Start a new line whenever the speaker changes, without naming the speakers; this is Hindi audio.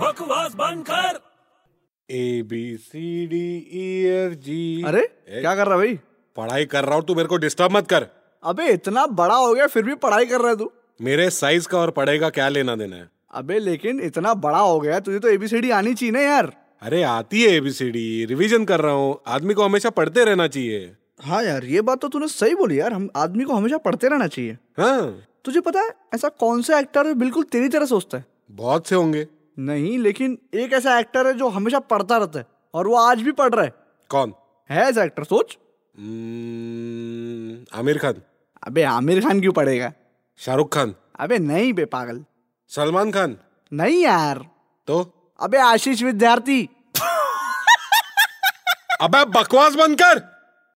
बकवास बंद कर
A B C D E F G
अरे क्या कर रहा भाई
E, पढ़ाई कर रहा हूँ तू मेरे को डिस्टर्ब मत कर
अबे इतना बड़ा हो गया फिर भी पढ़ाई कर रहा है तू
मेरे साइज का और पढ़ाई का क्या लेना देना है
अबे लेकिन इतना बड़ा हो गया तुझे तो एबीसीडी आनी चाहिए ना यार
अरे आती है एबीसीडी रिवीजन E। कर रहा हूँ आदमी को हमेशा पढ़ते रहना चाहिए
हाँ यार ये बात तो तूने सही बोली यार हम आदमी को हमेशा पढ़ते रहना चाहिए
हाँ
तुझे पता है ऐसा कौन सा एक्टर है बिल्कुल तेरी तरह सोचता है
बहुत से होंगे
नहीं लेकिन एक ऐसा एक्टर है जो हमेशा पढ़ता रहता है और वो आज भी पढ़ रहा है
कौन
है ऐसा एक्टर सोच
हम्म, आमिर खान
अबे आमिर खान क्यों पढ़ेगा
शाहरुख खान
अबे नहीं बे पागल
सलमान खान
नहीं यार
तो
अबे आशीष विद्यार्थी
अबे बकवास बंद कर